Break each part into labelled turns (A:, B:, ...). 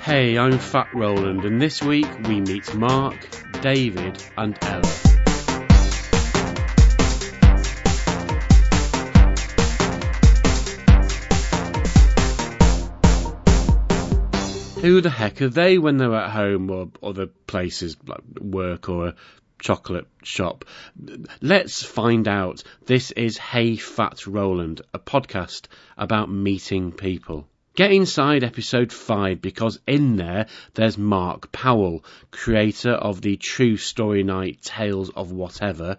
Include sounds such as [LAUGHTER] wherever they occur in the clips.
A: Hey, I'm Fat Roland, and this week we meet Mark, David, and Ella. Who the heck are they when they're at home or other places like work or a chocolate shop? Let's find out. This is Hey Fat Roland, a podcast about meeting people. Get inside episode 5 because in there there's Mark Powell, creator of the True Story Night Tales of Whatever,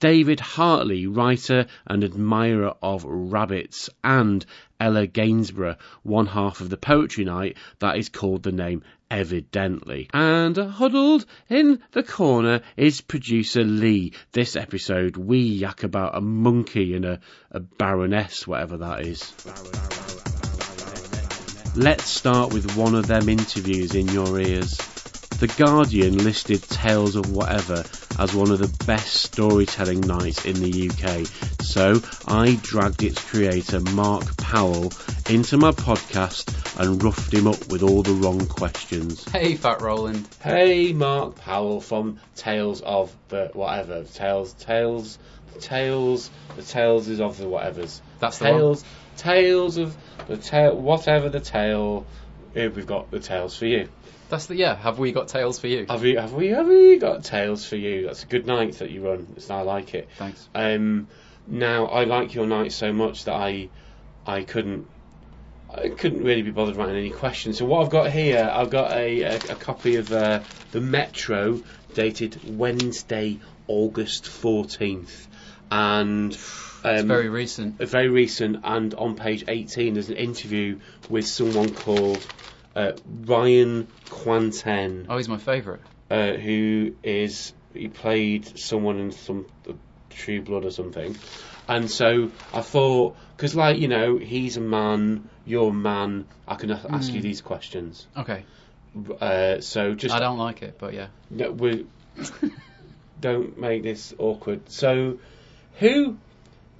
A: David Hartley, writer and admirer of rabbits, and Ella Gainsborough, one half of the poetry night that is called the name Evidently. And huddled in the corner is producer Lee. This episode we yak about a monkey and a, a baroness, whatever that is. Let's start with one of them interviews in your ears. The Guardian listed Tales of Whatever as one of the best storytelling nights in the UK, so I dragged its creator Mark Powell into my podcast and roughed him up with all the wrong questions.
B: Hey, Fat Roland.
A: Hey, Mark Powell from Tales of the Whatever. Tales, Tales, Tales, the Tales is of the Whatevers.
B: That's the one.
A: Tales, Tales of the Tale, whatever the tale. Here we've got the Tales for you.
B: That's the yeah. Have we got tales for you?
A: Have we, have we, have we got Tales for you? That's a good night that you run. It's, I like it.
B: Thanks.
A: Um, now I like your night so much that I, I couldn't, I couldn't really be bothered writing any questions. So what I've got here, I've got a, a, a copy of uh, the Metro dated Wednesday, August fourteenth, and um,
B: It's very recent.
A: very recent. And on page eighteen, there's an interview with someone called uh, Ryan Quanten
B: Oh, he's my favourite.
A: uh, who is he played someone in some uh, True Blood or something, and so I thought because like you know he's a man, you're a man. I can a- ask you these questions.
B: Okay.
A: Uh, so just
B: I don't like it,
A: [LAUGHS]
B: but yeah.
A: no, we don't make this awkward. So who?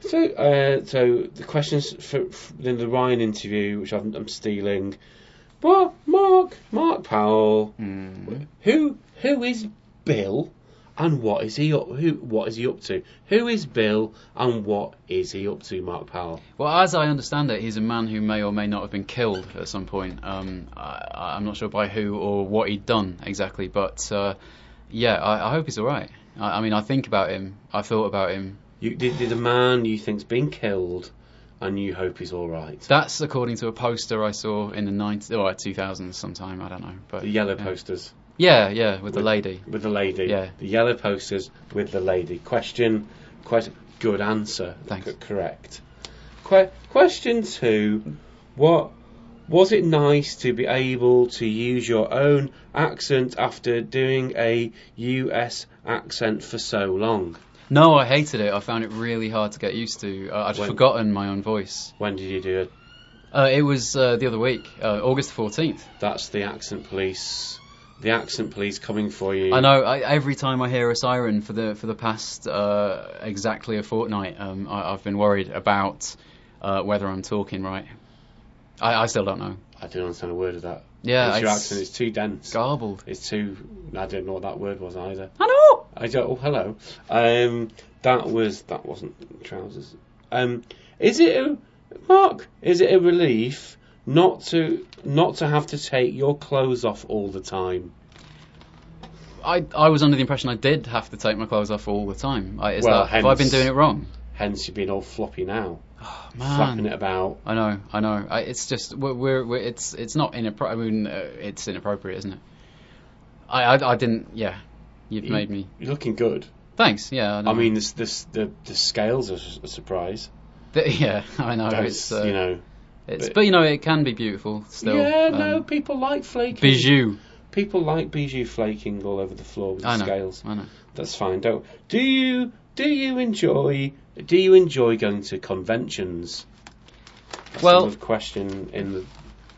A: So uh, so the questions for, for in the Ryan interview, which I'm, I'm stealing. But Mark Mark Powell. Hmm. Mm-hmm. Who who is Bill and what is he up who what is he up to? Who is Bill and what is he up to, Mark Powell?
B: Well, as I understand it, he's a man who may or may not have been killed at some point. Um, I, I'm not sure by who or what he'd done exactly, but uh, yeah, I, I hope he's all right. I, I mean, I think about him. I thought about him.
A: You the, the, the man you think's been killed and you hope he's alright.
B: That's according to a poster I saw in the 90s or 2000s sometime. I don't know, but
A: The yellow
B: yeah.
A: posters
B: Yeah, yeah, with the lady.
A: with the lady.
B: Yeah.
A: The yellow posters with the lady. Question question good answer.
B: Thanks.
A: C- correct. Que- question two what was it nice to be able to use your own accent after doing a US accent for so long?
B: No, I hated it. I found it really hard to get used to. Uh, I'd
A: When-
B: forgotten my own voice.
A: When did you do it?
B: Uh, it was uh, the other week, uh, August fourteenth.
A: That's the accent police. The accent police coming for you.
B: I know. I, every time I hear a siren for the for the past uh, exactly a fortnight, um, I, I've been worried about uh, whether I'm talking right. I, I still don't know.
A: I don't understand a word of that.
B: Yeah,
A: it's your
B: it's-
A: accent. It's too dense.
B: Garbled.
A: It's too. I don't know what that word was either.
B: I know.
A: I don't. Oh, hello. Um, that was that wasn't trousers. Um, is it a Mark? Is it a relief not to not to have to take your clothes off all the time?
B: I, I was under the impression I did have to take my clothes off all the time. I, is
A: Well,
B: that, have I been
A: hence-
B: doing it wrong?
A: Hence, you've been all floppy now, flapping
B: Man,
A: it about.
B: I know, I know. I, it's just we're, we're, we're it's it's not inappropriate. I mean, uh, it's inappropriate, isn't it? I, I I didn't. Yeah, you've
A: You-
B: made me.
A: You're looking good.
B: Thanks. Yeah. know.
A: I mean, this this the the scales are s- a surprise.
B: Th- [LAUGHS] yeah, I know.
A: Those,
B: it's, uh,
A: you know.
B: it's
A: but-
B: but you know it can be beautiful still.
A: yeah,
B: um,
A: no, people like flaking.
B: Bijou.
A: People like bijou flaking all over the floor with the
B: I know.
A: scales.
B: I know.
A: That's fine. Don't. Do you do you enjoy do you enjoy going to conventions? That's
B: Well-
A: sort of question in the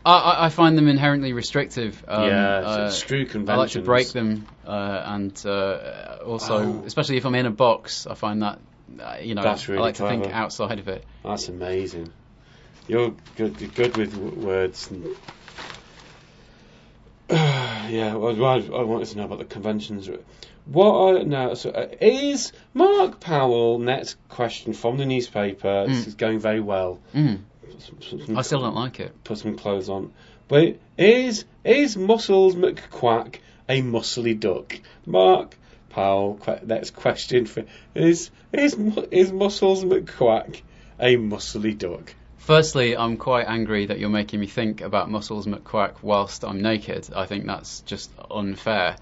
B: I, I, I find them inherently restrictive. Um,
A: yeah
B: uh,
A: screw
B: I
A: conventions.
B: like to break them, uh, and uh, also,
A: Oh.
B: especially if I'm in a box, I find that uh, you know
A: That's really
B: I like to think
A: clever.
B: outside of it.
A: That's amazing. You're good, you're good with w- words. And
C: [SIGHS] yeah, well, I, I wanted to know about the conventions. What are now? So, uh, is Mark Powell next question from the newspaper? This
B: Mm.
C: is going very well.
B: Mm.
C: Some- some- some-
B: I still don't like it.
C: put some clothes on. Wait, is is Muscles McQuack a muscly duck? Mark Powell. Que- next question for is is Mu- is Muscles McQuack a muscly duck?
B: Firstly, I'm quite angry that you're making me think about Muscles McQuack whilst I'm naked. I think that's just unfair.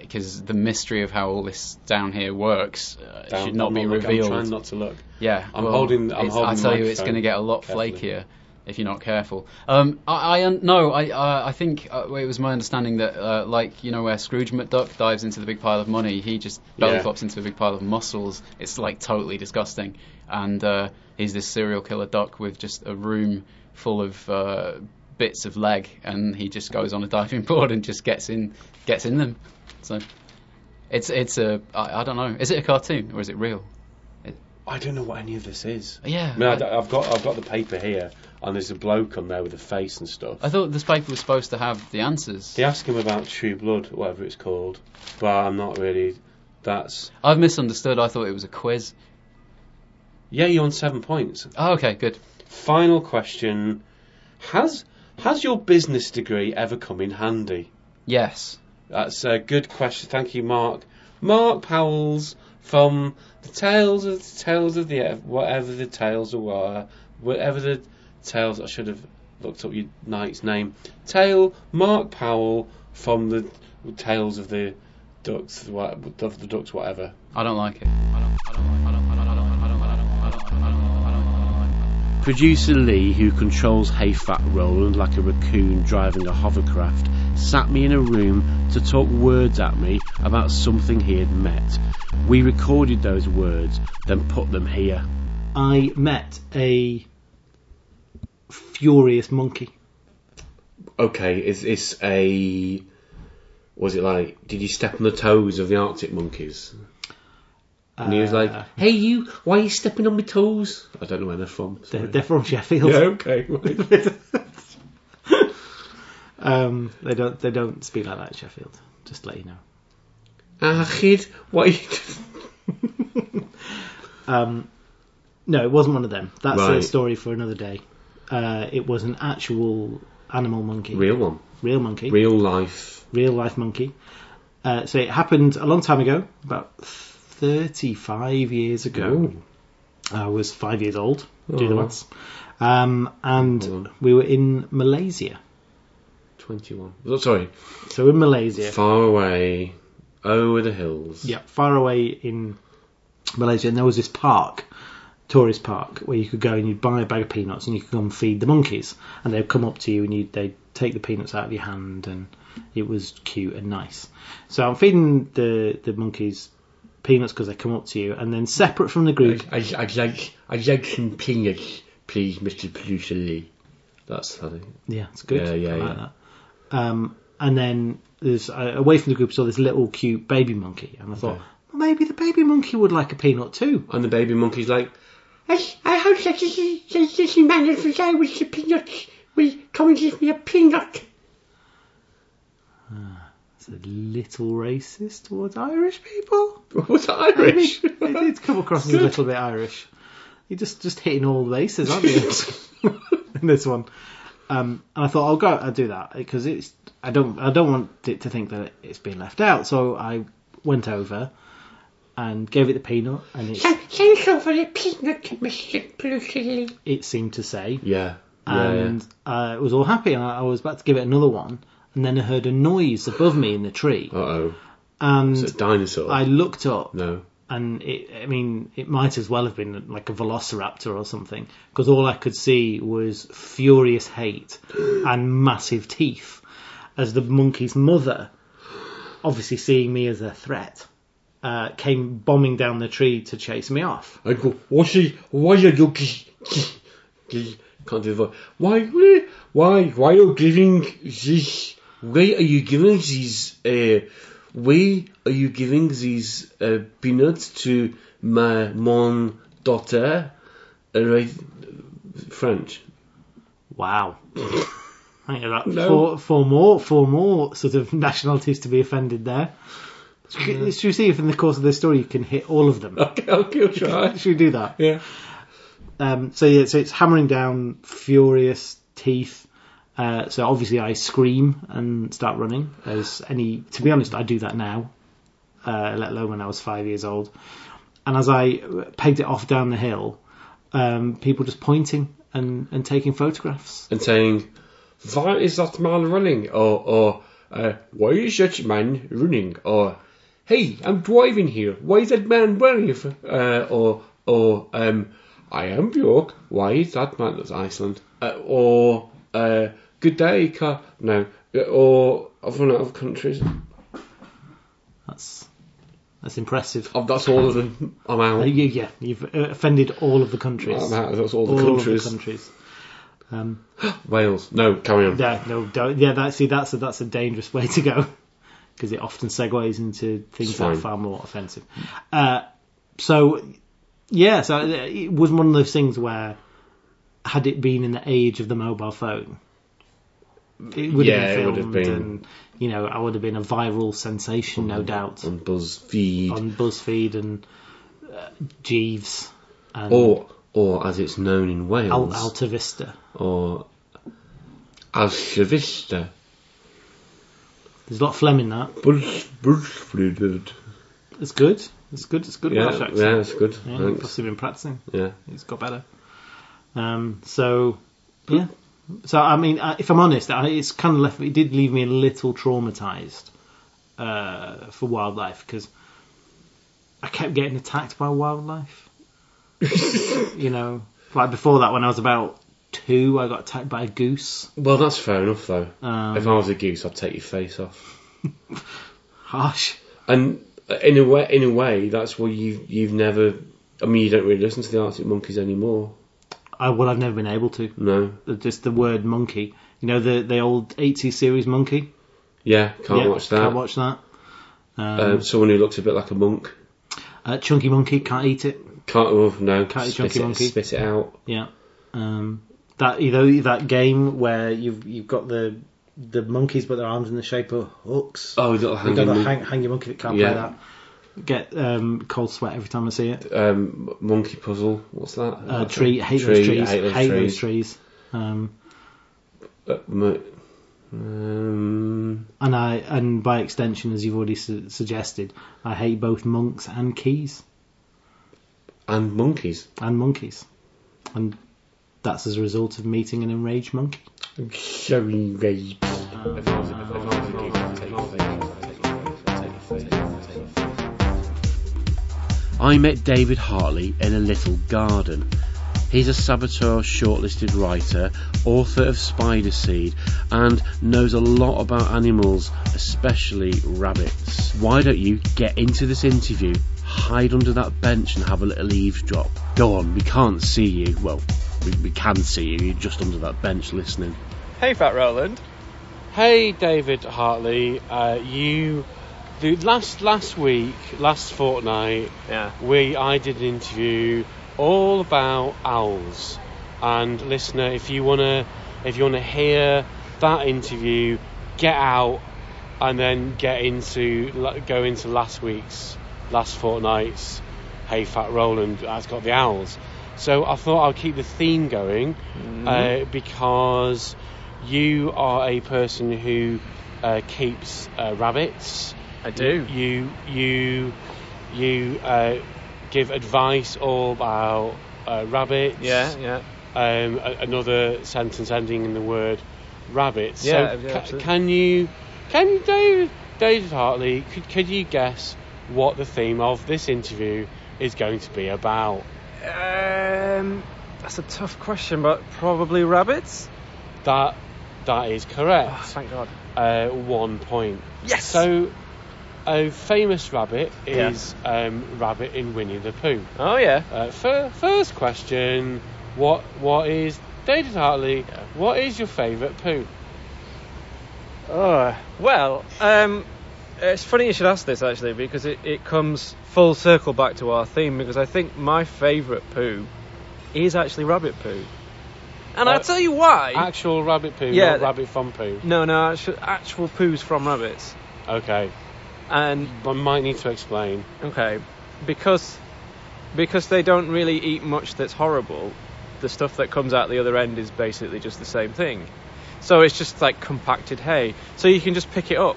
B: Because the mystery of how all this down here works uh,
C: Down-
B: should not
C: I'm
B: be
C: looking,
B: revealed.
C: I'm trying not to look.
B: Yeah,
C: I'm holding- I'm
B: it's-
C: holding
B: I
C: the
B: tell you, it's
C: microphone
B: going to get a lot
C: carefully.
B: flakier if you're not careful. Um, I, I un- no, I, uh, I think uh, it was my understanding that, uh, like you know, where Scrooge McDuck dives into the big pile of money, he just belly
C: Yeah.
B: flops into a big pile of mussels. It's like totally disgusting, and uh, he's this serial killer duck with just a room full of. Uh, bits of leg and he just goes on a diving [LAUGHS] board and just gets in gets in them so it's it's a I, I don't know is it a cartoon or is it real
C: I don't know what any of this is.
B: yeah
C: I mean, I,
B: I-
C: have got I've got the paper here, and there's a bloke on there with a face and stuff.
B: I thought this paper was supposed to have the answers.
C: They ask him about True Blood, whatever it's called, but I'm not really. That's
B: I've misunderstood. I thought it was a quiz.
C: yeah, you're on seven points.
B: Oh, okay, good.
C: Final question: Has has your business degree ever come in handy?
B: Yes.
C: That's a good question. Thank you, Mark. Mark Powell's from the tales of the tales of the whatever the tales were, whatever the tales. I should have looked up your knight's name. Tale Mark Powell from the tales of the ducks, wha- of the ducks, whatever.
B: I don't like it. I don't, I don't, I don't, I don't, I don't, I don't, I don't, I don't, I don't, I don't, I don't, I don't.
A: Producer Lee, who controls Hayfat Roland like a raccoon driving a hovercraft, sat me in a room to talk words at me about something he had met. We recorded those words, then put them here.
D: I met a furious monkey.
A: Okay, is this a. Was it like. Did you step on the toes of the Arctic monkeys? And
D: Uh,
A: he was like, hey, you, why are you stepping on my toes? I don't know where they're from.
D: They're,
A: sorry.
D: they're from
A: [LAUGHS]
D: Sheffield.
A: Yeah,
D: [LAUGHS]
A: okay. right.
D: um, they don't they don't speak like that in Sheffield. Just to let you know.
A: Ah, kid, what are you. [LAUGHS]
D: Um, no, it wasn't one of them. That's a
A: Right.
D: story for another day. Uh, it was an actual animal monkey,
A: Real one.
D: real monkey,
A: Real life.
D: real life monkey. Uh, so it happened a long time ago, about 35 years ago. I was five years old, do the
A: Oh.
D: maths. Um, and
A: Hold on.
D: we were in Malaysia.
A: 21. Oh, Sorry.
D: So we're in Malaysia.
A: Far away, over the hills.
D: Yeah, far away in Malaysia, and there was this park, tourist park, where you could go and you'd buy a bag of peanuts and you could go and feed the monkeys, and they'd come up to you and you'd they'd take the peanuts out of your hand, and it was cute and nice. So I'm feeding the the monkeys peanuts because they come up to you, and then separate from the group,
A: I'd, I'd like, I'd like some peanuts, please, Mr. Producer Lee. That's funny.
D: yeah, it's good,
A: Yeah, yeah,
D: I like
A: yeah.
D: that. Um, and then there's uh, away from the group, saw this little cute baby monkey, and I thought.
A: Yeah.
D: Well, maybe the baby monkey would like a peanut too.
A: And the baby monkey's like,
E: I, I hope that this is, that this man over there with the peanuts will come and give me a peanut.
D: It's a little racist towards Irish people.
A: [LAUGHS] what's Irish?
D: It did come across as a little bit Irish. You're just just hitting all the bases, aren't you? [LAUGHS] in this one, um, and I thought I'll go. I'll do that because it's. I don't. I don't want it to think that it's been left out. So I went over and gave it the peanut,
A: [LAUGHS]
D: and it,
E: Thank thank you for the peanut, Mr. Brucey.
D: it seemed to say,
A: yeah. Yeah, yeah.
D: and Uh, it was all happy. And I, I was about to give it another one, and then I heard a noise above me in the tree,
A: Uh oh.
D: and
A: It's a dinosaur.
D: I looked up,
A: No.
D: and it, I mean, it might as well have been like a velociraptor or something, because all I could see was furious hate and massive teeth as the monkey's mother, obviously seeing me as a threat, uh, came bombing down the tree to chase me off.
A: I go, what's he, why are you, gi- gi- gi- can't do the voice. Why, we- why, why are you giving this, why are you giving these, uh, why are you giving these uh, peanuts to my mon
D: [LAUGHS]
A: daughter? Uh, right, French.
D: Wow. I think there are
A: No.
D: four, four more, four more sort of [LAUGHS] nationalities to be offended there. Should we- should we see if in the course of this story you can hit all of them?
A: Okay, okay, I'll try.
D: Should we do that?
A: Yeah.
D: Um, so yeah, so it's hammering down, furious teeth. Uh, so obviously I scream and start running. As any, to be honest, I do that now. Uh, let alone when I was five years old. And as I pegged it off down the hill, um, people just pointing and, and taking photographs.
A: And saying, why is that man running? Or, or uh, why is that man running? Or, hey, I'm driving here. Why is that man running? Uh, or, or, um, I am Bjork. Why is that man? That's Iceland. Uh, or, uh, good day, car. No. Uh, Or, I've run out of countries.
D: That's that's impressive.
A: Oh, that's all of them. I'm out.
D: Uh, you- yeah, you've uh, offended all of the countries.
A: I'm out. That's all the
D: all
A: countries.
D: of the countries. Um,
A: Wales. No, carry on.
D: yeah, no, don't, yeah. That see, that's a, that's a dangerous way to go because it often segues into things
A: It's
D: that are
A: fine.
D: far more offensive. Uh, so, yeah, so uh, it was one of those things where, had it been in the age of the mobile phone, it would
A: Yeah,
D: have
A: it
D: been
A: would
D: filmed,
A: have been. Mm-hmm.
D: and you know, I would have been a viral sensation, no doubt,
A: On BuzzFeed.
D: on BuzzFeed and uh, Jeeves and
A: or, or as it's known in Wales.
D: Al- Alta Vista.
A: or as Sevista
D: There's a lot of phlegm in that.
A: Bursfluded.
D: It's good. It's good. It's good
A: Yeah,
D: Welsh accent.
A: yeah, that's good.
D: Yeah, he's
A: Thanks.
D: obviously been practicing.
A: Yeah.
D: He's got better. Um, so, yeah. So, I mean, I- if I'm honest, I, it's kind of left. It did leave me a little traumatized uh, for wildlife because I kept getting attacked
A: [LAUGHS]
D: by wildlife. you know, like before that, when I was about two, I got attacked by a goose.
A: Well, that's fair enough though. if
D: Um,
A: I was a goose, I'd take your face off.
D: harsh.
A: And in a way, in a way, that's why you've you've never. I mean, you don't really listen to the Arctic Monkeys anymore.
D: I, well, I've never been able to.
A: No.
D: Just the word monkey. You know, the the old 80s series monkey.
A: Yeah, can't
D: Yeah,
A: watch that.
D: Can't watch that. Um,
A: um, someone who looks a bit like a monk.
D: uh, Chunky Monkey can't eat it.
A: Can't. Oh, no.
D: Can't eat
A: spit
D: Chunky
A: it,
D: Monkey.
A: Spit it out.
D: Yeah. Um, that you know that game where you've you've got the the monkeys but their arms in the shape of hooks.
A: Oh, little
D: you
A: hanging.
D: got
A: Mon-
D: to hang, hang your monkey that can't
A: Yeah.
D: play that. Get um, cold sweat every time I see it.
A: um, monkey puzzle. What's that?
D: Uh,
A: That's
D: tree,
A: a
D: hate
A: tree,
D: those trees,
A: hate those trees.
D: Um,
A: Uh, mo- um,
D: and I and by extension, as you've already su- suggested, I hate both monks and keys
A: and monkeys.
D: and monkeys, and that's as a result of meeting an enraged monkey.
A: Sorry, rape.
F: I met David Hartley in a little garden. He's a Saboteur shortlisted writer, author of Spider Seed, and knows a lot about animals, especially rabbits. Why don't you get into this interview, hide under that bench, and have a little eavesdrop? Go on, we can't see you. Well, we, we can see you, you're just under that bench listening.
C: Hey, Fat Roland.
A: Hey, David Hartley. Uh, you, the last last week, last fortnight,
C: Yeah.
A: we I did an interview all about owls. And listener, if you wanna if you wanna hear that interview, get out and then get into la- go into last week's last fortnight's Hey Fat Roland. That's got the owls. So I thought I'll keep the theme going
C: Mm-hmm.
A: uh, because you are a person who uh, keeps uh, rabbits
C: I do.
A: you you you uh, give advice all about uh, rabbits.
C: Yeah, yeah.
A: Um, a- another sentence ending in the word rabbits.
C: Yeah,
A: so
C: yeah,
A: ca-
C: absolutely.
A: can you can you, David David Hartley could could you guess what the theme of this interview is going to be about?
C: Um, that's a tough question, but probably rabbits.
A: That that is
C: Oh,
A: correct.
C: thank God.
A: Uh, one point.
C: Yes.
A: So. A famous rabbit
C: Yeah.
A: is um, Rabbit in Winnie the Pooh.
C: Oh yeah.
A: Uh, fir- first question: What what is David Hartley? What is your favourite poo?
C: Oh well. Um, it's funny you should ask this actually because it, it comes full circle back to our theme because I think my favourite poo is actually rabbit poo.
G: And I'll
C: Uh,
G: tell you why.
C: Actual rabbit poo,
G: Yeah.
C: not rabbit from poo.
G: no, no, actual, actual poos from rabbits.
C: Okay.
G: And
C: I might need to explain.
G: okay, because because they don't really eat much that's horrible. The stuff that comes out the other end is basically just the same thing. So it's just like compacted hay. So you can just pick it up.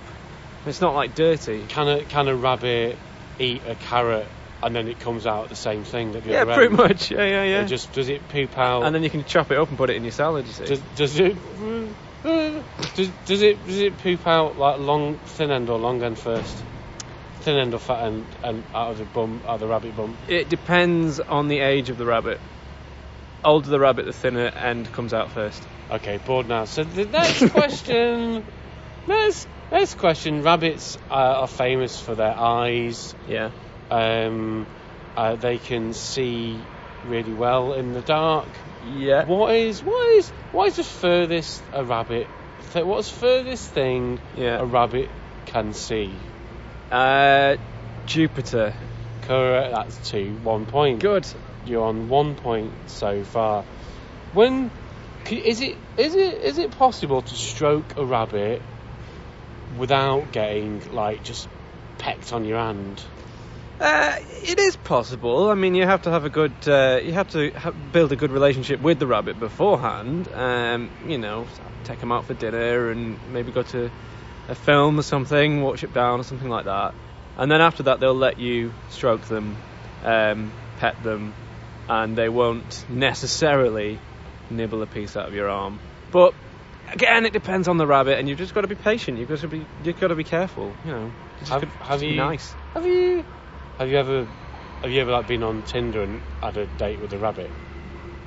G: It's not like dirty.
C: Can a can a rabbit eat a carrot and then it comes out the same thing at the
G: Yeah,
C: other
G: pretty
C: end?
G: much. Yeah, yeah, yeah.
C: It just does it poop out?
G: and then you can chop it up and put it in your salad. You see.
C: does, does it does, does it does it poop out like long thin end or long end first? Thin end or fat end and out of the bum out of the rabbit bum.
G: It depends on the age of the rabbit. Older the rabbit, the thinner end comes out first.
C: Okay, bored now. So the
G: [LAUGHS]
C: next question. next next question. Rabbits uh, are famous for their eyes.
G: Yeah.
C: Um, uh, they can see really well in the dark.
G: Yeah.
C: What is what is what is the furthest a rabbit? Th- what's the furthest thing
G: Yeah.
C: a rabbit can see?
G: Uh, Jupiter.
C: Correct. That's two. One point.
G: Good.
C: You're on one point so far. When c- is it is it is it possible to stroke a rabbit without getting like just pecked on your hand?
G: Uh, it is possible. I mean, you have to have a good, uh, you have to ha- build a good relationship with the rabbit beforehand. Um, you know, take him out for dinner and maybe go to a film or something, watch it down or something like that. And then after that, they'll let you stroke them, um, pet them, and they won't necessarily nibble a piece out of your arm. But again, it depends on the rabbit, and you've just got to be patient. You've got to be, you've got to be careful. You know, just,
C: Have-
G: got-
C: have
G: just be
C: you-
G: nice.
C: Have you have you ever have you ever like been on Tinder and had a date with a rabbit?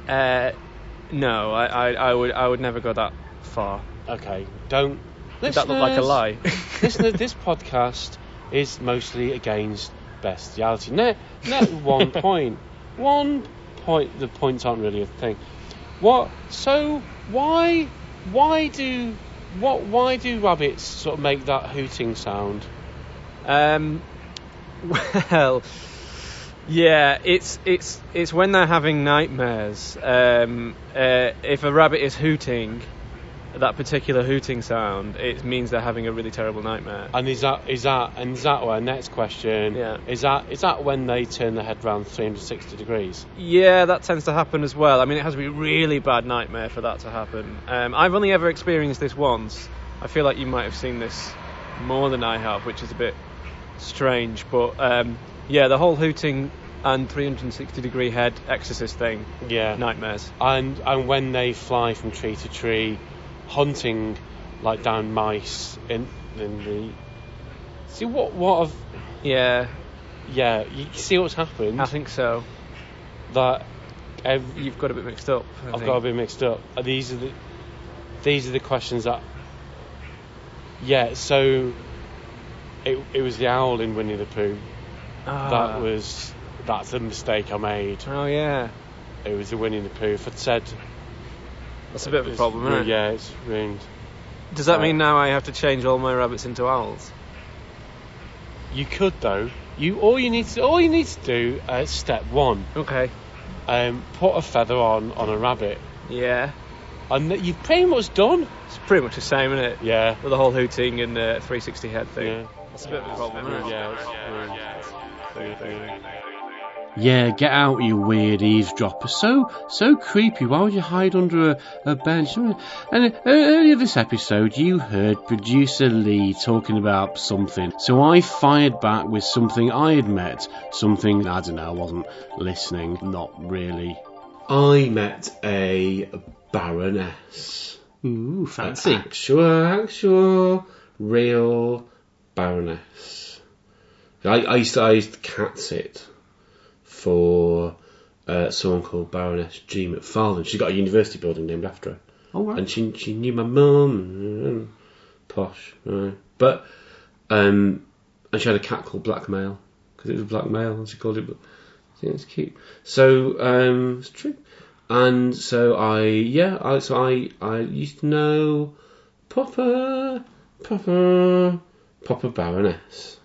G: Uh, no, I, I, I would I would never go that far.
C: Okay, don't.
G: Did that look like a
C: Listeners,
G: lie?
C: Listen, this podcast is mostly against best reality. No, no, [LAUGHS] one point. One point. The points aren't really a thing. What? So why? Why do? What? Why do rabbits sort of make that hooting sound?
G: [LAUGHS] Um, well, yeah, it's it's it's when they're having nightmares. Um, uh, if a rabbit is hooting, that particular hooting sound, it means they're having a really terrible nightmare.
C: And is that? Is that? And is that our next question?
G: Yeah.
C: Is that? Is that when they turn their head round 360 degrees?
G: Yeah, that tends to happen as well. I mean, it has to be a really bad nightmare for that to happen. Um, I've only ever experienced this once. I feel like you might have seen this more than I have, which is a bit strange. But um, yeah, the whole hooting and 360 degree head exorcist thing,
C: Yeah.
G: nightmares.
C: and and when they fly from tree to tree, hunting like down mice in in the. See what what have
G: Yeah,
C: yeah you see what's happened
G: I think so.
C: that ev-
G: You've got a bit mixed up. I
C: I've
G: think.
C: got to be mixed up. Uh, These are the these are the questions that yeah so it it was the owl in Winnie the Pooh
G: Ah.
C: that was that's a mistake I made.
G: Oh yeah,
C: It was the Winnie the Pooh. If I'd said
G: that's a bit of a
C: it's Uh,
G: problem,
C: ru-
G: isn't it?
C: yeah it's ruined.
G: Does that mean now I have to change all my rabbits into owls?
C: You could though. You all you need to all you need to do uh, step one.
G: Okay.
C: Um, put a feather on on a rabbit,
G: Yeah,
C: and th- you've pretty much done.
G: it's pretty much the same, isn't it?
C: Yeah.
G: With the whole hooting and uh, 360 head thing.
C: Yeah.
G: That's a bit of a problem, isn't it?
C: Yeah. it's ruined.
A: Yeah, get out, you weird eavesdropper. So, so creepy. Why would you hide under a, a bench? And uh, earlier this episode, you heard producer Lee talking about something. So I fired back with something I had met. Something, I don't know, I wasn't listening. Not really.
H: I met a baroness.
D: Ooh,
H: An
D: fancy.
A: Ah.
H: actual, actual, real baroness. I, I, used, to, I used to cat sit for uh, someone called Baroness G. McFarlane. She's got a university building named after her.
D: All right.
H: And she, she knew my mum. Posh. Right. But, um, and she had a cat called Blackmail. Because it was Blackmail, and she called it. Bla- Yeah, it's cute. So, um, it's true. And so I, yeah, I, so I, I used to know Popper, Popper, Popper Baroness.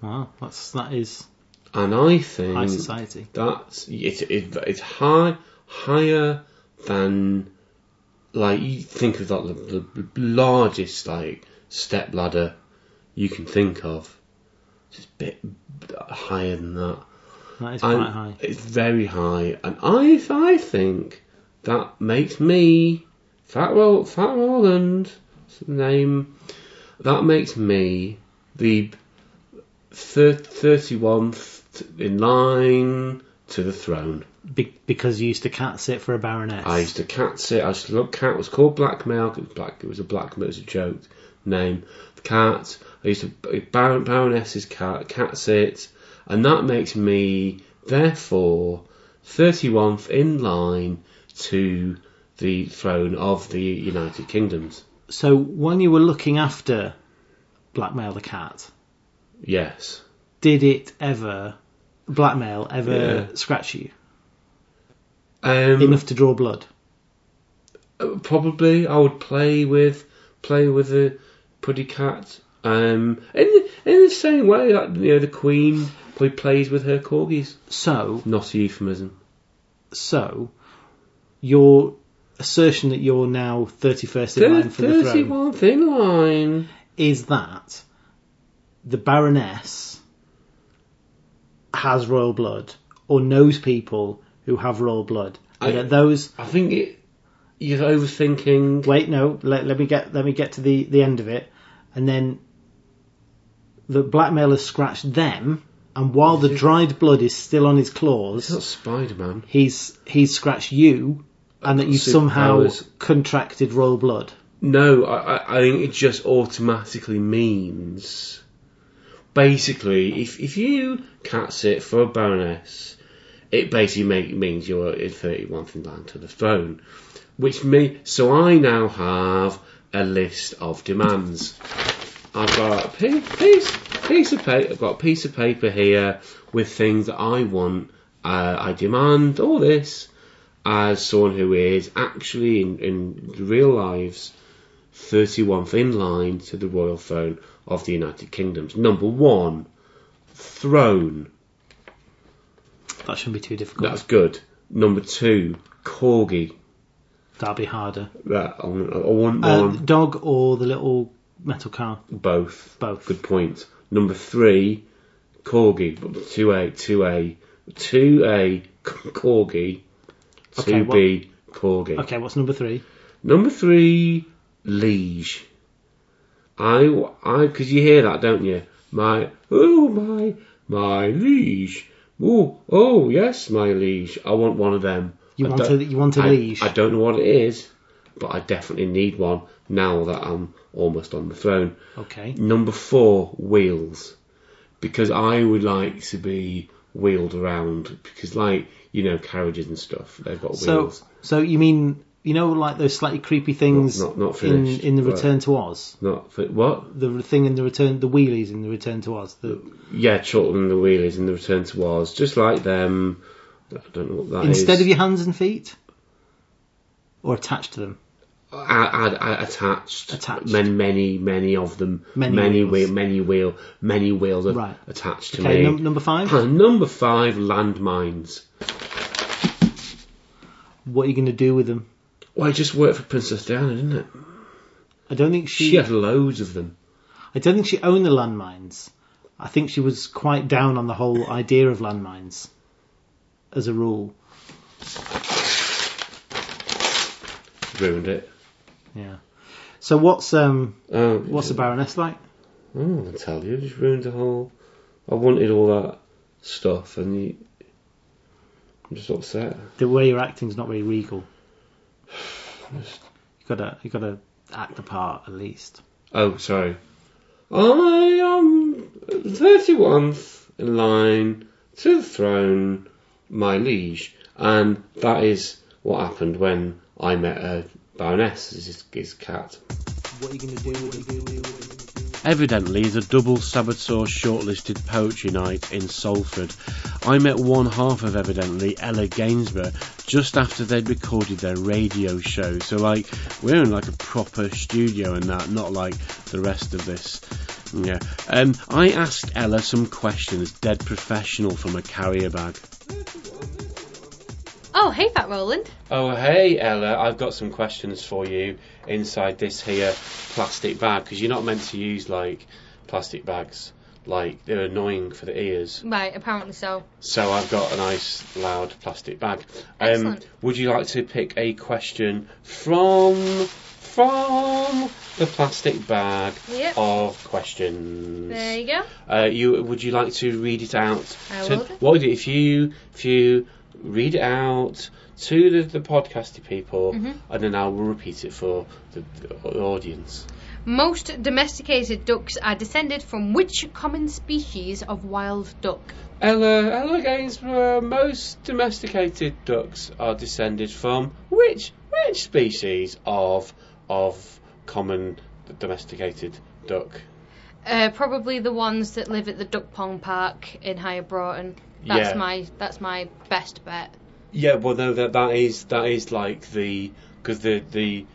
D: Wow, that's that is
H: And I think
D: Mm. high society.
H: that's, it, it, it's high, higher than
A: like you think of like the, the largest like step ladder you can think of. Just a bit higher than that.
D: That is
A: I'm-
D: quite high.
A: It's very high, and I I think that makes me Fat Roll Fat Roland it's the name. That makes me the thir- 31st in line to the throne.
D: Be- because you used to cat sit for a baroness.
A: I used to cat sit. I used to look cat. It was called blackmail. 'cause It was black. It was a blackmail. It was a joke name. The cat. I used to Baron, Baroness's cat. Cat sit, and that makes me therefore thirty one in line to the throne of the United Kingdoms.
D: So when you were looking after blackmail the cat,
A: Yes.
D: did it ever blackmail ever
A: Yeah.
D: scratch you
A: Um,
D: enough to draw blood?
A: Uh, probably I would play with play with the puddy cat. Um, in the, in the same way that you know the Queen probably plays with her corgis.
D: So
A: Not a euphemism.
D: so your assertion that you're now 31st in line for the throne
A: Thirty-one thin line.
D: is that the baroness has royal blood or knows people who have royal blood and
A: I-
D: that those
A: I think it, you're overthinking.
D: wait no let, let me get let me get to the the end of it and then the blackmailer scratched them and while the dried blood is still on his
A: It's not
D: claws
A: Spider-Man.
D: he's he's scratched you and that you've somehow
A: Superpowers.
D: contracted royal blood
A: No, I, I- I think it just automatically means. Basically, if if you cat sit for a baroness, it basically make, means you're in 31st in line to the throne. Which me, so I now have a list of demands. I've got a pi- piece, piece of paper. I've got a piece of paper here with things that I want. Uh, I demand all this as someone who is actually in, in real lives 31st in line to the royal throne of the United Kingdoms. Number one, throne.
D: that shouldn't be too difficult
A: That's good. Number two, corgi.
D: that'll be harder
A: That I want, I want
D: uh,
A: one.
D: dog or the little metal car
A: Both.
D: both
A: Good point. Number three, Corgi. 2A, 2A, 2A, Corgi.
D: Okay,
A: 2B, Corgi.
D: okay what's number three
A: Number three, Liege. I, I, because you hear that, don't you? My, oh my, my liege. Oh, oh yes, my liege. I want one of them.
D: you
A: I
D: want
A: don't-
D: a you want a
A: I-
D: liege
A: I don't know what it is, but I definitely need one now that I'm almost on the throne.
D: okay
A: Number four, wheels. Because I would like to be wheeled around. Because, like, you know, carriages and stuff, they've got
D: so
A: wheels.
D: so you mean you know like those slightly creepy things
A: Not- not
D: in
A: finished,
D: in the
A: but-
D: return to oz
A: Not for, what?
D: the thing in the return, the wheelies in the return to us. The
A: Yeah, Chortland and the Wheelies and the Return to Wars. Just like them. I don't know what that is.
D: instead of your hands and feet, or attached to them.
A: I, I, I attached,
D: Attached.
A: Many, many, many of them.
D: Many
A: many
D: wheels.
A: wheel, many wheel, many wheels are
D: Right.
A: attached to
D: Okay,
A: me.
D: num- number five.
A: and number five, landmines.
D: What are you going to do with them?
A: Well, it just worked for Princess Diana, didn't it?
D: I don't think she.
A: She had loads of them.
D: I don't think she owned the landmines. I think she was quite down on the whole idea of landmines, as a rule.
A: Ruined it.
D: Yeah. So what's um
A: Oh,
D: what's the Baroness like?
A: Oh, I tell you, just ruined the whole. I wanted all that stuff, and you, I'm just upset.
D: The way you're acting's not
A: [SIGHS]
D: very regal. You gotta you gotta act the part at least.
A: Oh, sorry. I am 31st in line to the throne, my liege, and that is what happened when I met a baroness, his, his cat.
D: What are you going to do with it?
C: Evidently, is a double Saboteur shortlisted poetry night in Salford. I met one half of Evidently, Ella Gainsborough, just after they'd recorded their radio show. So, like, we're in like a proper studio and that, not like the rest of this. Yeah. Um, I asked Ella some questions, dead professional from a carrier bag.
I: Oh, hey, Fat Roland.
C: Oh, hey, Ella, I've got some questions for you inside this here plastic bag because you're not meant to use like plastic bags. Like they're annoying for the ears.
I: Right, apparently so.
C: So I've got a nice loud plastic bag. Um,
I: Excellent.
C: would you like to pick a question from from the plastic bag
I: Yep.
C: of questions?
I: There you go.
C: Uh, you would you like to read it out?
I: I
C: to,
I: will do.
C: What would you, if you if you read it out to the, the podcasty people,
I: Mhm.
C: and then I will repeat it for the, the audience.
I: Most domesticated ducks are descended from which common species of wild duck?
C: Ella, Ella Gainsborough, most domesticated ducks are descended from which which species of of common domesticated duck?
I: Uh, probably the ones that live at the duck pond park in Higher Broughton. That's
C: Yeah.
I: my that's my best bet.
C: Yeah, well, no, that that is that is like the because the the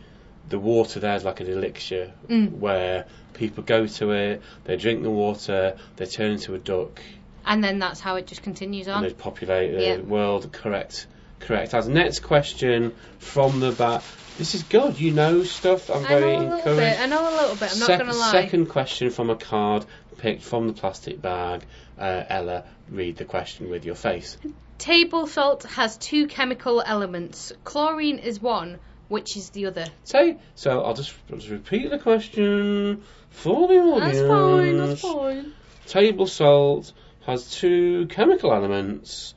C: the water there is like an elixir
I: Mm.
C: where people go to it, they drink the water, they turn into a duck,
I: And then that's how it just continues
C: and
I: on.
C: they populate the
I: Yeah.
C: world. Correct, correct. As next question from the back. This is good. You know stuff. I'm
I: I
C: very
I: know a little bit.
C: encouraged.
I: I know a little bit. I'm not
C: Sec-
I: gonna lie.
C: Second question from a card picked from the plastic bag. Uh, Ella, read the question with your face.
I: Table salt has two chemical elements. Chlorine is one, which is the other.
C: So, so I'll just, I'll just repeat the question for the audience.
I: That's fine. That's fine.
C: Table salt has two chemical elements.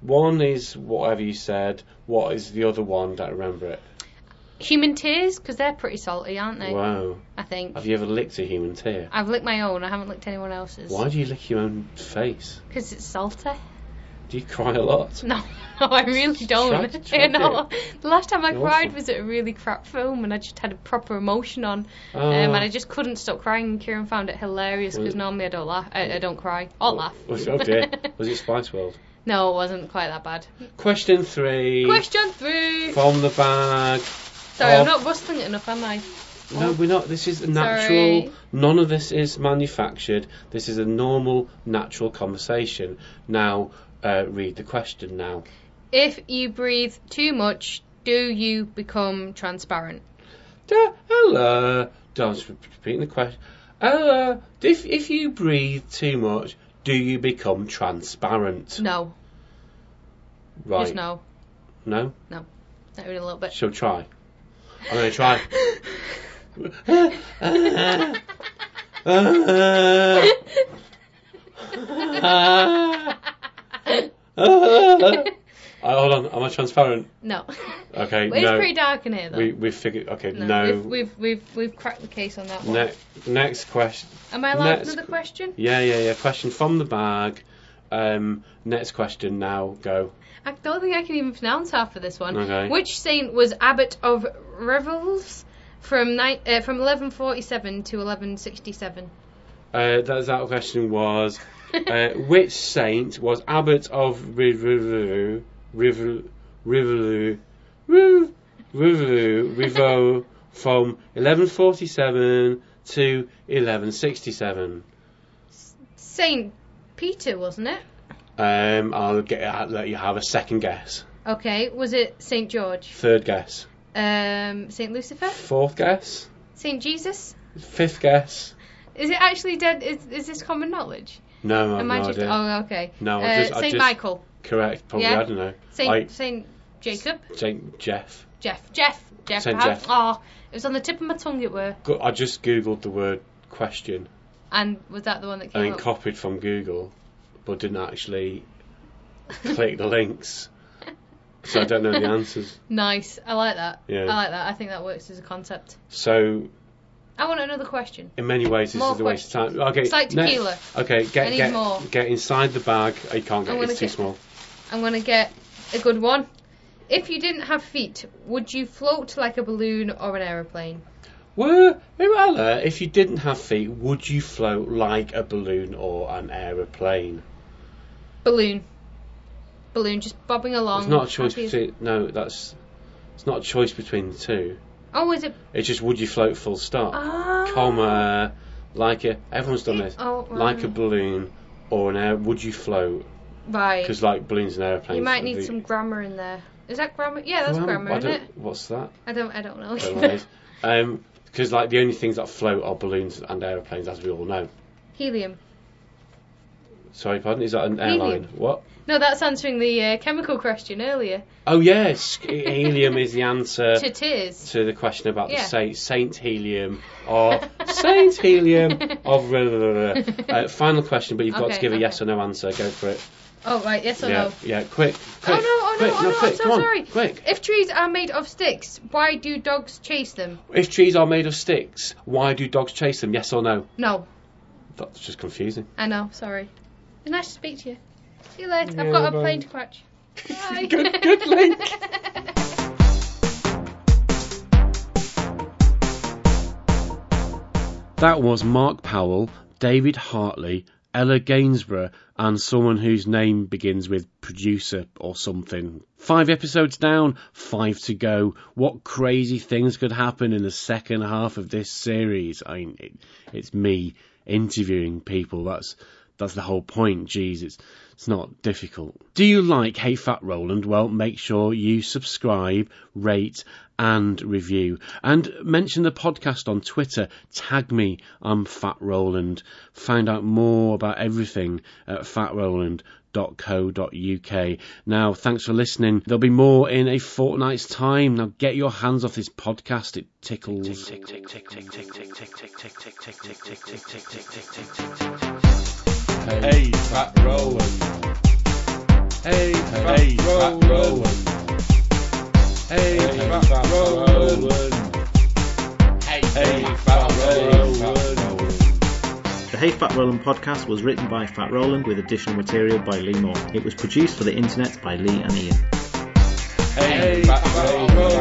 C: One is whatever you said. What is the other one? Don't remember it.
I: Human tears, because they're pretty salty, aren't they?
C: Wow.
I: I think.
C: Have you ever licked a human tear?
I: I've licked my own. I haven't licked anyone else's.
C: Why do you lick your own face?
I: Because it's salty. [LAUGHS]
C: Do you cry a lot?
I: No, no, I really don't.
C: Try- try
I: [LAUGHS] you know, the last time I
C: You're
I: cried
C: awful.
I: was at a really crap film, and I just had a proper emotion on,
C: Uh,
I: um, and I just couldn't stop crying. And Kieran found it hilarious
C: Was-
I: because normally I don't laugh, I, I don't cry or laugh.
C: [LAUGHS] was, oh dear.
I: [LAUGHS]
C: Was it Spice World?
I: No, it wasn't quite that bad.
C: Question three.
I: Question three.
C: From the bag.
I: Sorry,
C: of-
I: I'm not rustling it enough, am I? Oh,
C: No, we're not. This is natural.
I: Sorry.
C: None of this is manufactured. This is a normal, natural conversation. Now, uh, read the question now.
I: If you breathe too much, do you become transparent?
C: Da- Ella, don't just repeating the question. Ella, if, if you breathe too much, do you become transparent?
I: No,
C: right.
I: just no.
C: No?
I: Not even a little bit.
C: She'll try. I'm going to
I: [LAUGHS]
C: try. [LAUGHS] Uh, hold on, am I transparent?
I: [LAUGHS] no.
C: Okay,
I: But it's
C: Uh, no.
I: pretty dark in here, though.
C: We, we figured. Okay, no.
I: We've, we've, we've, we've cracked the case on that one.
C: Ne- next question.
I: Am I allowed
C: next-
I: another question?
C: Yeah, yeah, yeah. Question from the bag. Um, next question now. Go.
I: I don't think I can even pronounce half of this one.
C: Okay.
I: Which saint was abbot of Revels from ni- uh, from 1147 to 1167?
C: Uh, that that question was uh, [LAUGHS] which saint was abbot of Rivelu Rivelu Rivelu Rivelu Rivaux [LAUGHS] from 1147 to 1167.
I: [LAUGHS] Saint Peter, wasn't it?
C: Um, I'll get I'll let you have a second guess,
I: Okay. Was it Saint George?
C: third guess,
I: [LAUGHS] Um, Saint Lucifer?
C: fourth guess,
I: Saint Jesus?
C: fifth guess.
I: Is it actually dead? Is, is this common knowledge?
C: No, I've
I: Am
C: no
I: I just?
C: idea.
I: Oh, okay.
C: No, I
I: uh,
C: just- I
I: Saint
C: just-
I: Michael.
C: Correct, probably.
I: Yeah.
C: I don't know.
I: Saint
C: I-
I: Saint Jacob.
C: Saint Jeff.
I: Jeff. Jeff. Jeff.
C: Saint
I: how-
C: Jeff.
I: Oh, it was on the tip of my tongue. It were.
C: Go- I just googled the word question.
I: And was that the one that
C: and
I: came
C: then
I: up? [LAUGHS]
C: copied from Google, but didn't actually [LAUGHS] click the links, so I don't know the answers.
I: Nice. I like that.
C: Yeah.
I: I like that. I think that works as a concept.
C: So
I: I want another question.
C: in many ways, this
I: More
C: is a waste of time. Okay,
I: It's like
C: ne-
I: tequila.
C: okay, get
I: I need
C: get
I: more.
C: get inside the bag. Oh, you can't
I: I
C: get it,
I: wanna
C: it's too
I: get-
C: small.
I: I'm gonna get a good one. If you didn't have feet, would you float like a balloon or an aeroplane?
C: Well, Mirella, if you didn't have feet, would you float like a balloon or an aeroplane?
I: Balloon. Balloon, just bobbing along.
C: It's not a choice
I: happy as-
C: between. No, that's it's not a choice between the two.
I: Oh, is it?
C: It's just would you float full stop,
I: Ah.
C: comma, like a everyone's done this.
I: Oh, right.
C: like a balloon or an air would you float
I: Right.
C: because like balloons and airplanes
I: You might
C: would
I: need
C: be-
I: some grammar in there. Is that grammar? Yeah, that's
J: Well,
I: grammar,
J: I
I: isn't
J: don't,
I: it?
J: What's that?
I: I don't. I don't know.
J: Anyways, um, because like the only things that float are balloons and aeroplanes, as we all know.
I: [LAUGHS] Helium.
J: Sorry, pardon. Is that an
I: Helium.
J: airline? What?
I: No, that's answering the uh, chemical question earlier.
J: Oh yes, helium is the answer
I: [LAUGHS] to tears.
J: to the question about
I: Yeah.
J: the saint, Saint Helium or [LAUGHS] Saint Helium
I: [LAUGHS]
J: of. blah, blah, blah, blah. Uh, final question, but you've got
I: Okay,
J: to give a
I: okay.
J: yes or no answer. Go for it.
I: Oh right, yes or
J: yeah,
I: no?
J: yeah, quick,
I: Oh no!
J: quick,
I: Oh no!
J: quick,
I: oh
J: no,
I: no!
J: quick,
I: I'm so
J: come on,
I: sorry.
J: quick.
I: If trees are made of sticks, why do dogs chase them?
J: If trees are made of sticks, why do dogs chase them? Yes or no?
I: No,
J: That's just confusing.
I: I know. Sorry. It was nice to speak to you. See you later. I've got a plane
J: [LAUGHS]
I: to catch. Bye. good, good link.
C: That was Mark Powell, David Hartley, Ella Gainsborough, and someone whose name begins with producer or something. Five episodes down, five to go. What crazy things could happen in the second half of this series? I mean, it, it's me interviewing people. That's that's the whole point. Jeez, it's it's not difficult. Do you like Hey Fat Roland? Well, make sure you subscribe, rate, and review. And mention the podcast on Twitter. Tag me, I'm Fat Roland. Find out more about everything at fatroland.co.uk. Now, thanks for listening. There'll be more in a fortnight's time. Now, get your hands off this podcast. It tickles.
J: Hey, Fat Roland. Hey, Fat Roland. Hey, Fat Roland. Hey, Fat Roland.
D: The Hey Fat Roland podcast was written by Fat Roland with additional material by Lee Moore. It was produced for the internet by Lee and Ian.
J: Hey, Fat Roland.